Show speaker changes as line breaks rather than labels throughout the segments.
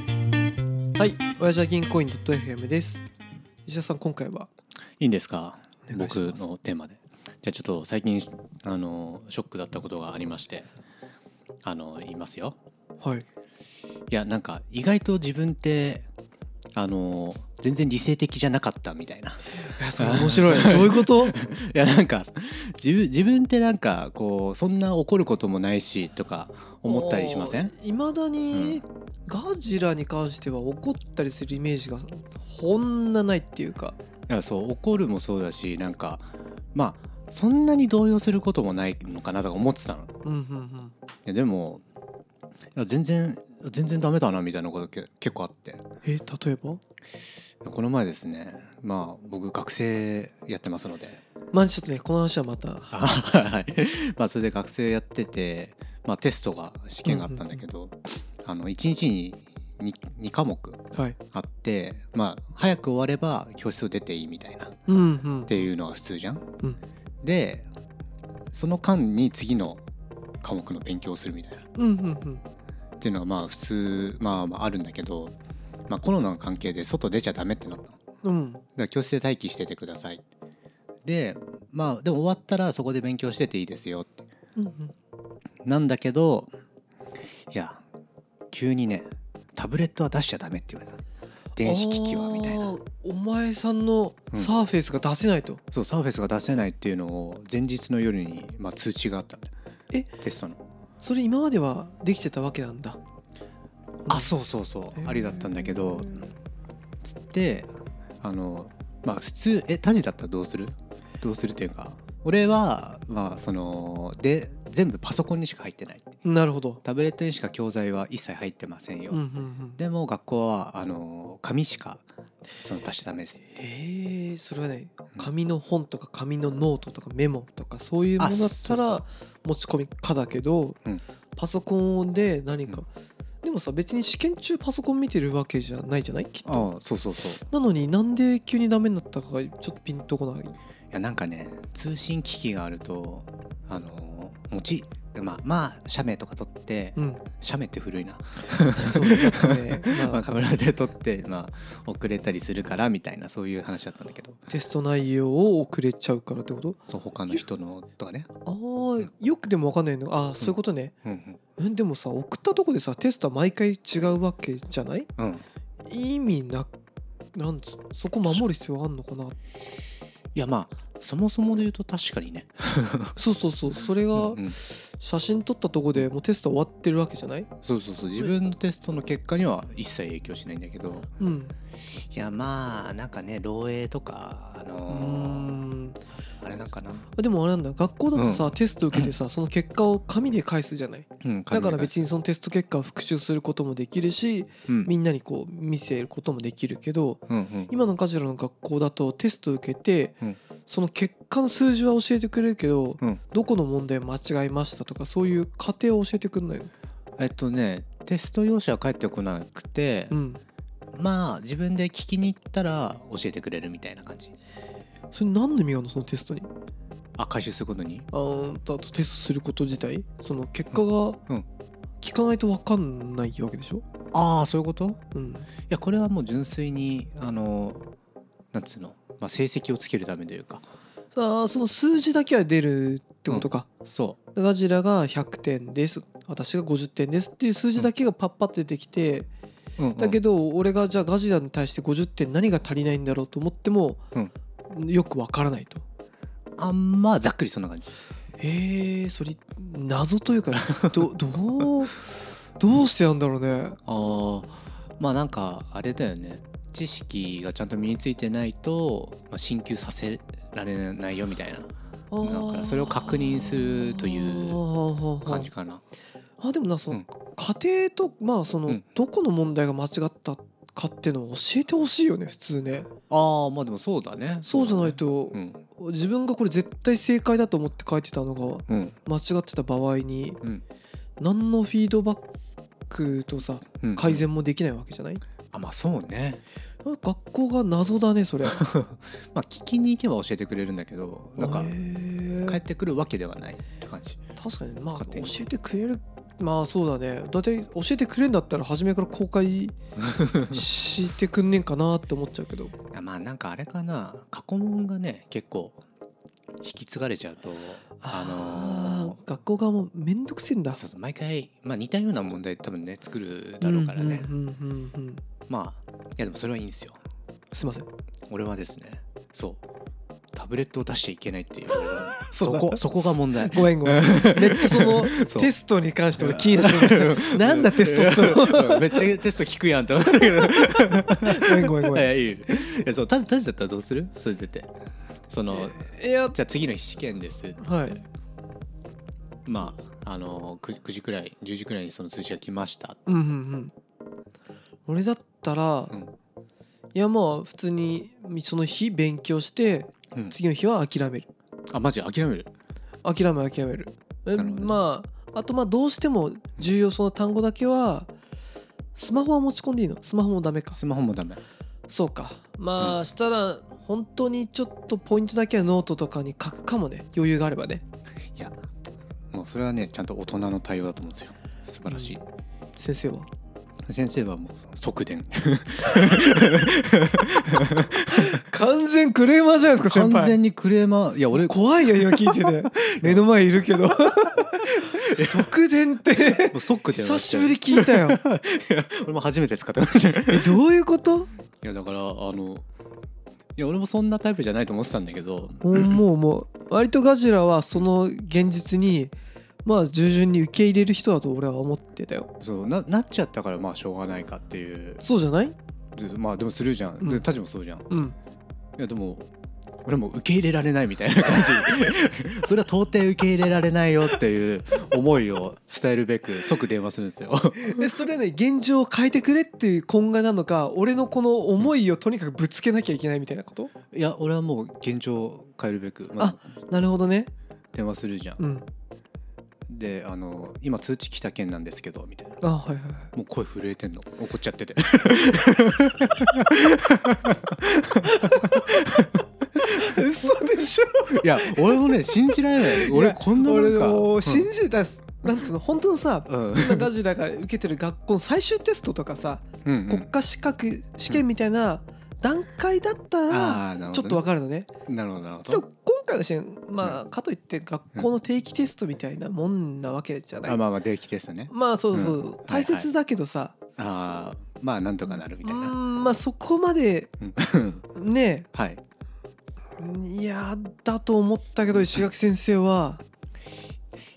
はい、親父は銀行員 .fm です。石田さん、今回はい
いんですか
お願いし
僕
ます
のテーマでじゃあちょっと最近あのショックだったことがありましてあの言いますよ
はい。
いやなんか意外と自分ってあの全然理性的じゃなかったみたいな
いや、それ面白い。 どういうこと？はい
いやなんか自分自分ってなんかこうそんな怒ることもないしとか 思ったりしません
いまだに、ガジラに関しては怒ったりするイメージがほんなないっていうか。
いやそう怒るもそうだしなんかまあそんなに動揺することもないのかなとか思ってたの
うんうん
ででもいや全然全然ダメだなみたいなことけ結構あって
うん。え、例えば？
この前ですねまあ僕学生やってますので
まあちょっとね、この話はまた。
あはいまあそれで学生やってて、まあ、テストが試験があったんだけど、あの1日に 2, 2科目
はい。
あってまあ早く終われば教室を出ていいみたいなっ
うんうん。
ていうのが普通じゃん。
うん
でその間に次の科目の勉強をするみたいな。
うんうんうん。
っていうのがまあ普通まあまああるんだけど、まあ、コロナの関係で外出ちゃダメってなったのだか
うん。
ら教室で待機しててくださいでまあでも終わったらそこで勉強してていいですよって
うんうん。
なんだけどいや急にねタブレットは出しちゃダメって言われた電子機器はみたい
あ
な
ー。お前さんの
うん
サーフェイスが出せないと。
そうサーフェスが出せないっていうのを前日の夜に、まあ、通知があったんだ
え
テストの
それ今まではできてたわけなんだ。
あそうそうそう、ありだったんだけどつってあのまあ普通えタジだったらどうするどうするっていうか俺はまあそので全部パソコンにしか入ってない
なるほど。
タブレットにしか教材は一切入ってませんよ、
うんうんうん。
でも学校はあの紙しかその出しちゃダメです
えー、それはね紙の本とか紙のノートとかメモとかそういうも
あ
のだった
そう
ら
そ
持ち込みかだけど、
うん
パソコンで何か、でもさ別に試験中パソコン見てるわけじゃないじゃないきっと
ああそうそうそうい
なのになんで急にダメになったかがちょっとピンとこない
やなんかね通信機器があるとあの持ちまあまあ写メとか撮って
うん
写メって古いな
そうだった ね
ま
ま
あ、
あ
カメラで撮って、まあ、遅れたりするからみたいなそういう話だったんだけど
テスト内容を遅れちゃうからってこと
そう他の人のとかね、
あーよくでも分かんないのああそういうことね、
うん
うん、でもさ送ったとこでさテストは毎回違うわけじゃない
うんうん、
意味ななんつそこ守る必要あんのかない
やまあそもそもで言うと確かにね、
そうそうそうそれ
うん
が
うん
写真撮ったとこでもうテスト終わってるわけじゃない
そうそうそう自分のテストの結果には一切影響しないんだけど
うん
いやまあなんかね漏洩とかあ
うー
のー
ん
あれなんかな、
でもあれなんだ学校だとさ、
う
テスト受けてさその結果を紙で返すじゃない
うん、
だから
に、
別にそのテスト結果を復習することもできるし
うん
みんなにこう見せることもできるけど
うんうん、
今のガジラの学校だとテスト受けて、
うん
その結果の数字は教えてくれるけど、
うん
どこの問題間違えましたとかそういう過程を教えてくれないの、
えっとねテスト用紙は返ってこなくて、
うん、
まあ自分で聞きに行ったら教えてくれるみたいな感じ
それ何の意味があるのそのテストに
あ回収することに
あーあとテストすること自体その結果が
うん
聞かないと分かんないわけでしょ、
ああそういうこと
うん、
いやこれはもう純粋にあのなんつうの、まあ、成績をつけるためというか
さあその数字だけは出るってことか、
そ
ガジラが100点です私が50点ですっていう数字だけがパッパって出てきて、
う、うんうん
だけど俺がじゃあガジラに対して50点何が足りないんだろうと思っても、よく分からないと。
あんまあざっくりそんな感じ
へえそれ謎というかどどうどうしてなんだろうね。
あーまあなんかあれだよね知識がちゃんと身についてないと、まあ、進級させられないよみたいな
あー
だからそれを確認するという感じ
あー
かな
あーでもなその、
うん
家庭とまあその、
うん
どこの問題が間違ったかっていうのを教えてほしいよね普通ね
ああまあでもそうだね
そうじゃない
そ
と
う、だね
自分がこれ絶対正解だと思って書いてたのが
うんうん
間違ってた場合に
うん
何のフィードバックとさ
うん
改善もできないわけじゃない、
あまあそうね
あ学校が謎だねそれ
まあ聞きに行けば教えてくれるんだけ どなんか
へー
帰ってくるわけではないって感じ
確かにまあ
勝手
教
に
えてくれるまあそうだねだって教えてくれるんだったら初めから公 開してくんねんかなって思っちゃうけど
あまあなんかあれかな過去問がね結構引き継がれちゃうとあの
あー学校側もめんどくせえんだ
そうそう毎回、まあ、似たような問題多分ね作るだろうからね、
うんうんうんうんうん
まあいやでもそれはいいんですよ
すいません
俺はですねそうタブレットを出しちゃいけないっていう そ
そうだ
こそこが問題
ごめんごめん めっちゃその
そう
テストに関して俺気になっちゃ うなんだテストって
うんめっちゃテスト聞くやんって思ったけど
ごめんごめんご め
い
ん
やいいよいやそうタジタジだったらどうするそれ出てその
いや
じゃあ次の試験です
はい
まああの 9, 時くらい10時くらいにその通知が来ました
うんうんうん俺だったら、
ん
いやまあ普通にその日勉強して
うん
次の日は諦める
あマジ諦める
諦め諦めるえ
なるほど
まああとまあどうしても重要その単語だけはスマホは持ち込んでいいのスマホもダメか
スマホもダメ
そうかまあ、
う
したら本当にちょっとポイントだけはノートとかに書くかもね余裕があればね
いやもうそれはねちゃんと大人の対応だと思うんですよ素晴らしい、
先生は
先生はもう即 伝
完全クレーマーじゃないですか
完
先輩
全にクレーマーいや俺も
怖いよ今聞 いてて目の前いるけど即伝って
う即 伝
久しぶり聞いたよ
俺も初めて使ってましたい
えどういうこと
やだからあのいや俺もそんなタイプじゃないと思ってたんだけど
も うもうもう割とガジラはその現実にまあ従順に受け入れる人だと俺は思ってたよ
そうななっちゃったからまあしょうがないかっていう
そうじゃない
でまあでもするじゃん、
うん
でタジもそうじゃんい
うん
やでも俺もう受け入れられないみたいな感じ それは到底受け入れられないよっていう思いを伝えるべく即電話するんですよ
でそれはね現状を変えてくれっていう懇願なのか俺のこの思いをとにかくぶつけなきゃいけないみたいなこと
いや俺はもう現状を変えるべく、まあ、
なるほどね
電話するじゃん、
うん
であの「今通知来た件なんですけど」みたいな
あはいはいはい
もう声震えてんの怒っちゃってて
嘘でしょ
いや俺もね信じられない
い
俺
や
こんなも
俺
んか
も
う
うん信じたなんつうの本当のさ
うん
今ガジラが受けてる学校の最終テストとかさ
うんう
国
ん
家資格試験みたいな段階だったら
あーなるほどね
ちょっとわかるのね
なるほどなるほ
そう
ど
今回の試験まあかといって学校の定期テストみたいなもんなわけじゃない
あまあまあ定期テストね
まあそうそう
うん
そう大切だけどさ
ああまあなんとかなるみ
う
たい
ー
なん
まあそこまで
うん
ね
はい
いやだと思ったけど石垣先生は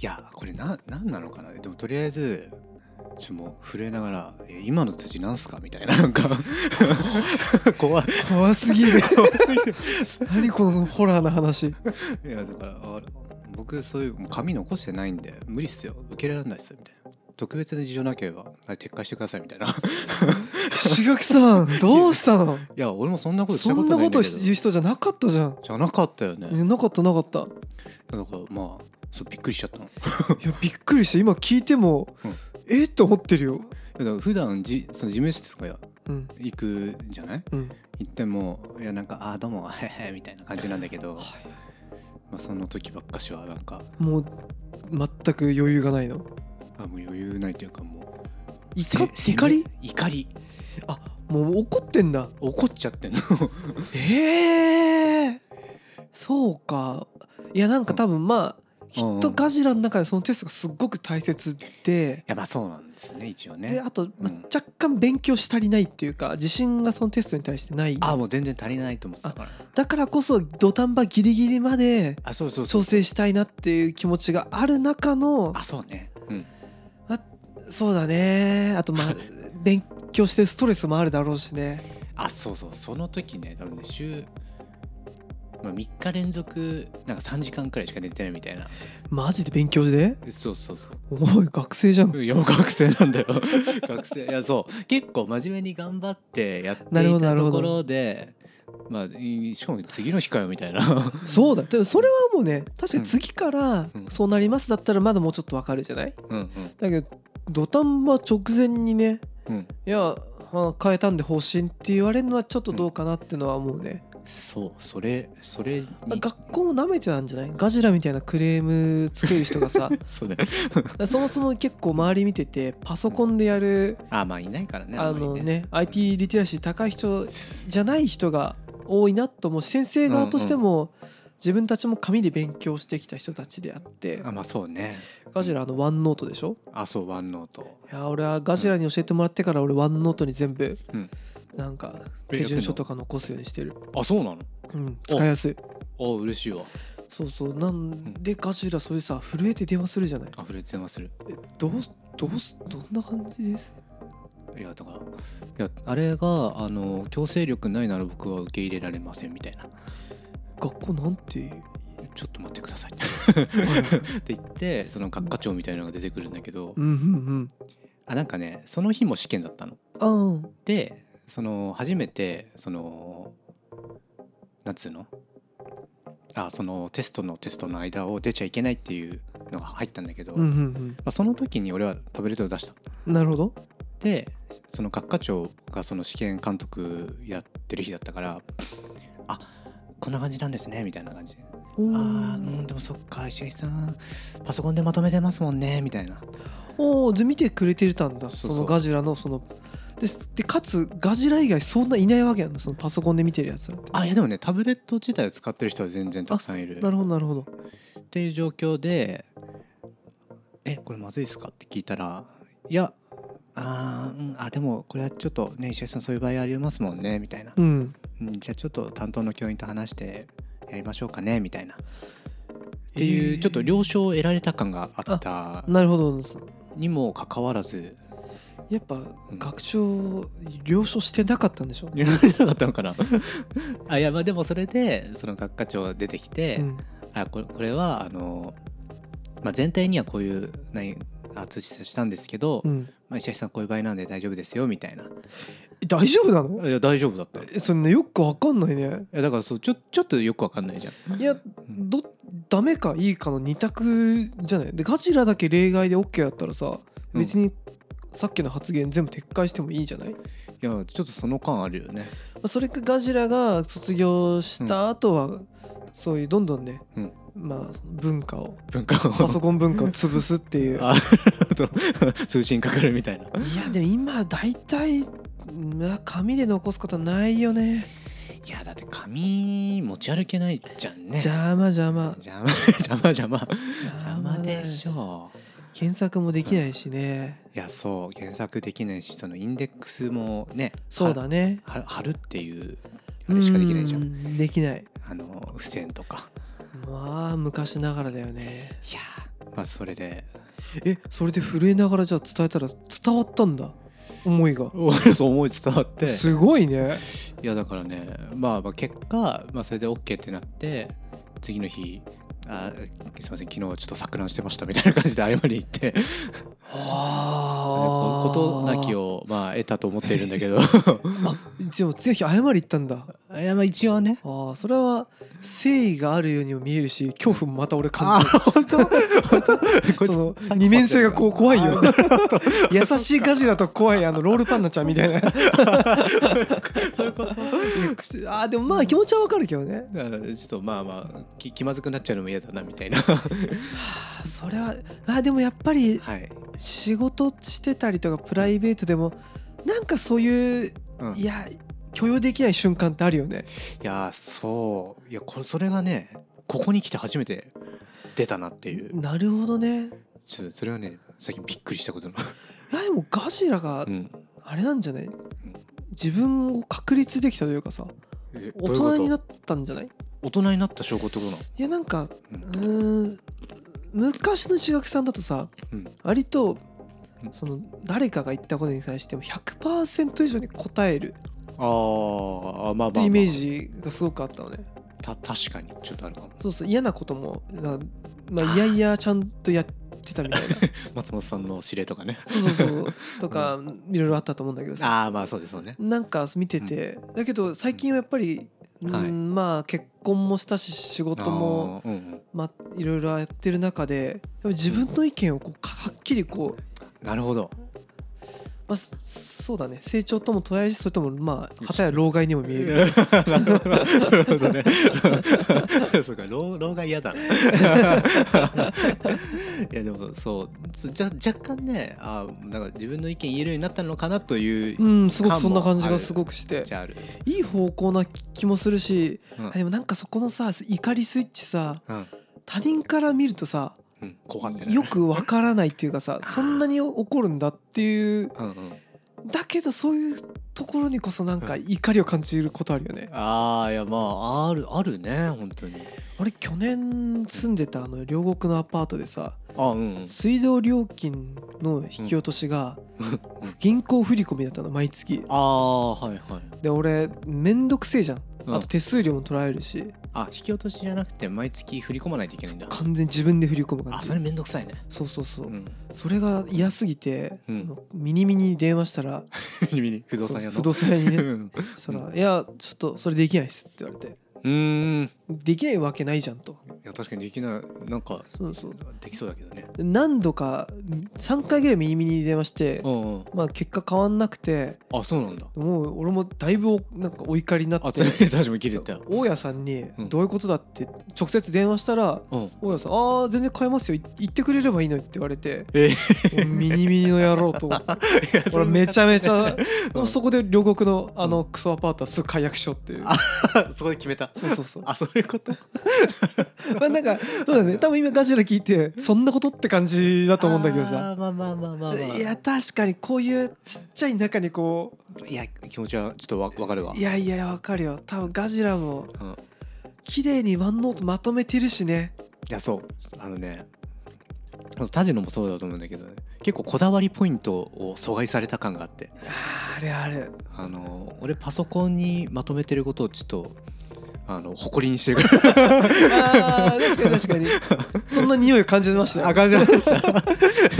い
やこれななんなのかなでもとりあえずちょっともう震えながら「え今の辻なんすか?」みたいななんか 怖い
怖すぎる 何このホラーな話
いやだからあ僕そういうもう紙残してないんで無理っすよ受けられないっすよみたいな特別な事情なければあれ撤回してくださいみたいな い
石垣さんどうしたの
や俺もそんなことした
そ
こ
ん
と
な
な
こ
いんだ
と
けど
言う人じゃなかったじゃん
じゃなかったよね、
いやなかったなかった
だからまあそうびっくりしちゃったの
いやびっくりして今聞いても、
うん
えっと思ってるよ。
だから普段じその事務室とか
うん
行くじゃない
うん、
行ってもいやなんか「あーどうもへへ」みたいな感じなんだけど、まあ、その時ばっかしはなんか
もう全く余裕がないの。
あもう余裕ないというかもう
怒
せ
怒り
せめ怒り
あもう怒ってんだ。
怒っちゃってんの
ええそうか。いやなんか多分まあ、きっとガジラの中でそのテストがすっごく大切で。
やまあそうなんですね一応
で
ね
あと、まあ
うん
若干勉強し足りないっていうか自信がそのテストに対してない
あもう全然足りないと思ってたから
だからこそ土壇場ギリギリまで
あそうそうそ
調
う
整したいなっていう気持ちがある中の
あそうねうん
そうだねあと まあ勉強してるストレスもあるだろうしね
あそうそうその時ね多分ね週、まあ、3日連続なんか3時間くらいしか寝てないみたいな
マジで勉強で
そうそうそう
おい学生じゃん
いや学生なんだよ 学生いやそう結構真面目に頑張ってやって
なるほ
い
どな
た
るほ
と
ど
ころでまあいしかも次の日かよみたいな
そうだでもそれはもうね確かに次から
うん
そうなりますだったらまだもうちょっとわかるじゃない
うん
だけど土壇場直前にね
うんうん
いやあ変えたんで方針って言われるのはちょっとどうかなってのは思うね、
そうそれそれに
学校も舐めてたんじゃないガジラみたいなクレームつける人が さ
そうだよ
そもそも結構周り見ててパソコンでやる
あまあいないからね
あ
んまり
のね IT リテラシー高い人じゃない人が多いなと思うし先生側としても自分たちも紙で勉強してきた人たちであって
あまあそうね
ガジラあのワンノートでしょ
あそうワンノート
いや俺はガジラに教えてもらってから俺ワンノートに全部
うん
なんか
え
手順書とか残すようにしてる、
あそうなの
うん、使いやすい
あ嬉しいわ
そうそうなんでガジラそういうさ震えて電話するじゃない
あ触れてまする
えどうどうすどんな感じです
いやだからいやあれがあの強制力ないなら僕は受け入れられませんみたいな
学校なんていう
ちょっと待ってください って言ってその学科長みたいなのが出てくるんだけど
うんうん
あなんかねその日も試験だったの。
うんあ
でその初めてそのなんつうのあそのテストのテストの間を出ちゃいけないっていうのが入ったんだけど、
あうん
ま
うん
あ、その時に俺はタブレットを出した。
うんなるほど
でその学科長がその試験監督やってる日だったから「あこんな感じなんですね」みたいな感じで「
おー
あーうんでもそっか石垣さんパソコンでまとめてますもんね」みたいな
おーで見てくれてたんだ
そ
そう
そう
のガジラのそのででかつガジラ以外そんないないわけやんなそのパソコンで見てるやつなんて
あいやでもねタブレット自体を使ってる人は全然たくさんいる
なるほどなるほど
っていう状況で「えこれまずいですか?」って聞いたら「いやあーうんあでもこれはちょっとね石垣さんそういう場合ありますもんね」みたいな
うん
うんじゃあちょっと担当の教員と話してやりましょうかねみたいな。っていう
えー
ちょっと了承を得られた感があった
なるほど
にもかかわらず
やっぱ学長了承してなかったんでしょうね
言われ なかったのかな あいやまあでもそれでその学科長が出てきて、
うん
あこれこれはあの、まあ、全体にはこういう内あ通知したんですけど、
うん
まあ、石橋さんこういう場合なんで大丈夫ですよみたいな
え大丈夫なの
いや大丈夫だったい
えそれねよくわかんないね
やだからそうちょちょっとよくわかんないじゃん
いや
ん
どダメかいいかの二択じゃないでガジラだけ例外で OK だったらさ
うん
別にさっきの発言全部撤回してもいいじゃない、ま
いやちょっとその感あるよね
あそれかガジラが卒業した後は、そういうどんどんね、
うん
まあその文化 を
文化を
パソコン文化を潰すっていういや
あと通信かかるみたいな。い
でも今大体まあ紙で残すことないよね
やだって紙持ち歩けないじゃんね。
邪魔邪魔
邪魔 邪魔邪魔邪
邪
魔
だよ
でしょう。
検索もできないしね、
いやそう検索できないしそのインデックスもね
そうだね
はは貼るっていうあれしかできないじゃん。
んできない
あの付箋とか。
まあ昔ながらだよね
いやーまあそれで
えそれで震えながらじゃあ伝えたら伝わったんだ思いが
俺 そう思い伝わってい
すごいね
やだからね、まあ、まあ結果、まあ、それで OK ってなって次の日あ「すいません昨日ちょっと錯乱してました」みたいな感じで謝りに行って
は
こことなきをまあ得たと思 っているんだけど
でも強い日謝り行ったんだ
いやまあ一応 ね
あーそれは誠意があるようにも見えるし恐怖もまた俺感じ
本当
るその二面性がこう怖いよ 優しいガジラと怖いあのロールパンナちゃんみ たいな
そういうこと
あーでもまあ気持ちはわかるけどね
だからちょっとまあまあき気まずくなっちゃうのも嫌だなみたい な
あーそれはあーでもやっぱり
はい、
仕事してたりとかプライベートでもなんかそういう
うん、
い
い
や許容できない瞬間ってあるよね
やそういやこれそれがねここに来て初めて出たなっていう
なるほどね
ちょっとそれはね最近びっくりしたことの、
いやでもガジラが
うん、
あれなんじゃない自分を確立できたというかさ
え
大
どういうこと
人になったんじゃないい
大人になった証拠ってことなの
やなんか
う
うんーん昔の中学さんだとさ
うん
割と
うん
その誰かが言ったことに対しても100%以上に答える
ああまあまあ、まあ、
ってイメージがすごくあったのね
た確かにちょっとあるかも
そうそう嫌なこともなま あいやいやちゃんとやってたみたいな
松本さんの指令とかね
そうそうそうとかいろいろあったと思うんだけどさ
ああまあそうですよね
なんか見てて、だけど最近はやっぱり、うん
はい
まあ結婚もしたし仕事も
あーうん
まあ、いろいろやってる中でやっぱ自分の意見をこうかはっきりこう
うんなるほど
まあ、そそうだね成長とも捉えるしそれともまあ片や老害にも見える
なるほどなるほどね。 そうか老老害嫌だな。 いやでもそうつじゃ若干ねあなんか自分の意見言えるようになったのかなという
う。んすごく
感
そん
も
な感じ
あ
が
る
すごくして
じゃある。
いい方向な気もするし、
うん
あでもなんかそこのさ怒りスイッチさ
うん
他人から見るとさ
うん怖かったね
よ。くわからないっていうか さそんなに怒るんだっていう
うんうん。
だけどそういうところにこそなんか怒りを感じることあるよね。
ああいやまああるあるね本当に。
俺去年住んでたあの両国のアパートでさ
あうんうん。
水道料金の引き落としが銀行振り込みだったの毎月
ああはいはい。
で俺めんどくせえじゃん
うん
あと手数料も取られるし
あ引き落としじゃなくて毎月振り込まないといけないんだ。
完全に自分で振り込む感
あ
じ
それめんどくさいね。。
そうそうそううん それが嫌すぎて
うん
あのミニミニに電話したら
ミニミニ不動産屋の。
不動産屋に
う
ね
ん
そしたら「いやちょっとそれできないっす」って言われて
うーん。
「できないわけないじゃん」と
いや確かにできないなんか
そうそう
できそうだけどね。
で何度か3回ぐらいミニミニに電話して
うんうん。
まあ結果変わんなくて
あそうなんだ。
もう俺もだいぶおなんかお怒りにな
あ
っ
つ
て
い 私も切れた。
大家さんに
うん
どういうことだって直接電話したら
うん。
大家さん「ああ全然買えますよい言ってくれればいいのに」って言われて
え
もうミニミニの野郎 と思って俺めちゃめちゃも うそこで両国のあのクソアパートはすぐ解約しようっていう
あそこで決めた。
そうそうそう
あそういうこと。
まあなんかそうだね多分今ガジラ聞いてそんなことって感じだと思うんだけどさ
あー。まあまあまあまあまあ。
いや確かにこういうちっちゃい中にこ
いや気持ちはちょっとわわかるわ
うい。やいやわかるよ多分ガジラも
うん。い
綺麗にワンノートまとめてるしね
やそうあのね。タジノもそうだと思うんだけど、ね、結構こだわりポイントを阻害された感があって
あーあれあれ
あの俺パソコンにまとめてることをちょっとあの誇りにしてるから
あー確かに確かにそんな匂いを感じましたよ
あ感じました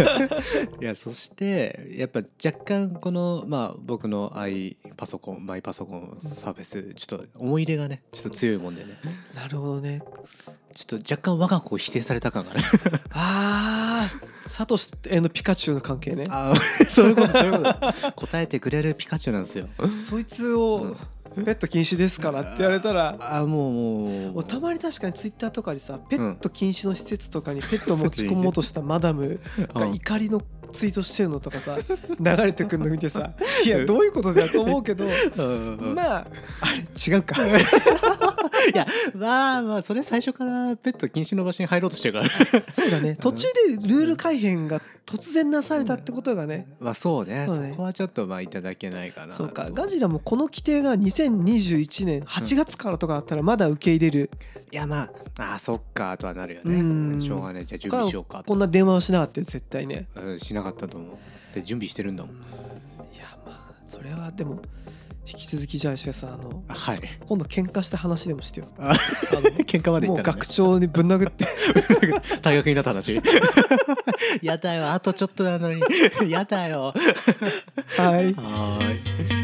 いやそしてやっぱ若干このまあ僕の i パソコンマイパソコンサービスちょっと思い入れがねちょっと強いもんでね
なるほどね
ちょっと若干我が子を否定された感がね
ああサトシへのピカチュウの関係ね
あそういうことそういうこと答えてくれるピカチュウなんですよ
そいつをペット禁止ですからって言われたら
あもうもう
もうたまに確かにツイッターとかでさペット禁止の施設とかに ペットを持ち込もうとしたマダムが
うん
怒りのツイートしてるのとかさ流れてくるの見てさいやどういうことだよと思うけど
うんうんうん
まああれ違うか
いやまあまあそれ最初からペット禁止の場所に入ろうとしてるから
そうだね途中でルール改変が突然なされたってことがね
まあそうね
そ
そう
ね
こはちょっとまあいただけないかな
そうか
と
ガジラもこの規定が2021年8月からとかあったらまだ受け入れる
いやまああーそっかとはなるよ
うん
ねしょうがないじゃあ準備しようか
こんな電話はしなかったよ絶対ね
うんしなかったと思うで準備してるんだもん
いやまあそれはでも引き続きじゃあ石橋さんあの
あはい
今度喧嘩した話でもしてよ
喧嘩までい
も
っ
う
たら、ね
学、長にぶん殴って
大学になった 話やだよあとちょっとなのにやだよ
はい
はーい